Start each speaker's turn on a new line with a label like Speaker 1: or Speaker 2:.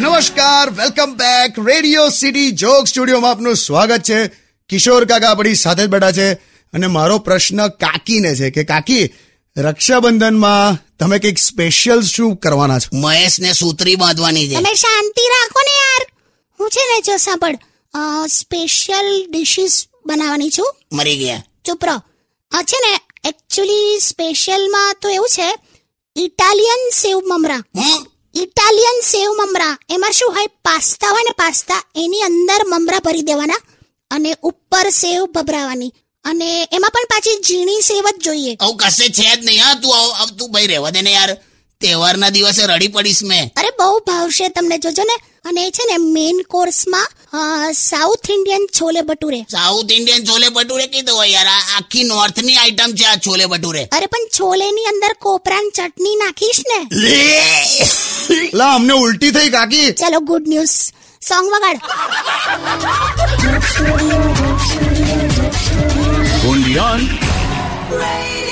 Speaker 1: નમસ્કાર welcome back radio city joke સ્ટુડિયોમાં આપનું સ્વાગત છે કિશોર કાકા આપણી સાથે જ બેઠા છે અને મારો પ્રશ્ન કાકીને છે કે કાકી રક્ષાબંધનમાં તમે કંઈક સ્પેશિયલ શું કરવાના છો
Speaker 2: મહેશ ને સૂત્રી બાંધવાની છે
Speaker 3: તમે શાંતિ રાખો ને યાર હું છે ને જો સાંભળ સ્પેશિયલ ડિશિસ બનાવવાની છું
Speaker 2: મરી ગયા
Speaker 3: ચૂપ રહો આ છે ને એકચ્યુઅલી સ્પેશિયલમાં તો એવું છે ઇટાલિયન સેવ મમરા
Speaker 2: હું
Speaker 3: ઇટાલિયન સેવ મમરા એમાં શું હોય પાસ્તા હોય ને પાસ્તા એની અંદર મમરા ભરી દેવાના અને ઉપર સેવ ભભરાવાની અને એમાં પણ પાછી ઝીણી સેવ જ જોઈએ
Speaker 2: આવું કશે છે જ નહીં હા તું આવ આવ તું ભાઈ રહેવા દે ને યાર તહેવારના દિવસે રડી પડીશ મેં
Speaker 3: અરે બહુ ભાવશે તમને જોજો ને અને એ છે ને મેઇન કોર્સમાં south Indian chole bhature
Speaker 2: south Indian chole bhature કીધું હોય યાર આ આખી નોર્થ ની આઈટમ છે આ છોલે ભટુરે
Speaker 3: અરે પણ છોલેની અંદર કોપરાની ચટણી નાખીશ ને
Speaker 1: લા અમને ઉલટી થઈ કાકી
Speaker 3: ચલો ગુડ ન્યૂઝ સોંગ વગાડ
Speaker 4: Undian.
Speaker 5: Radio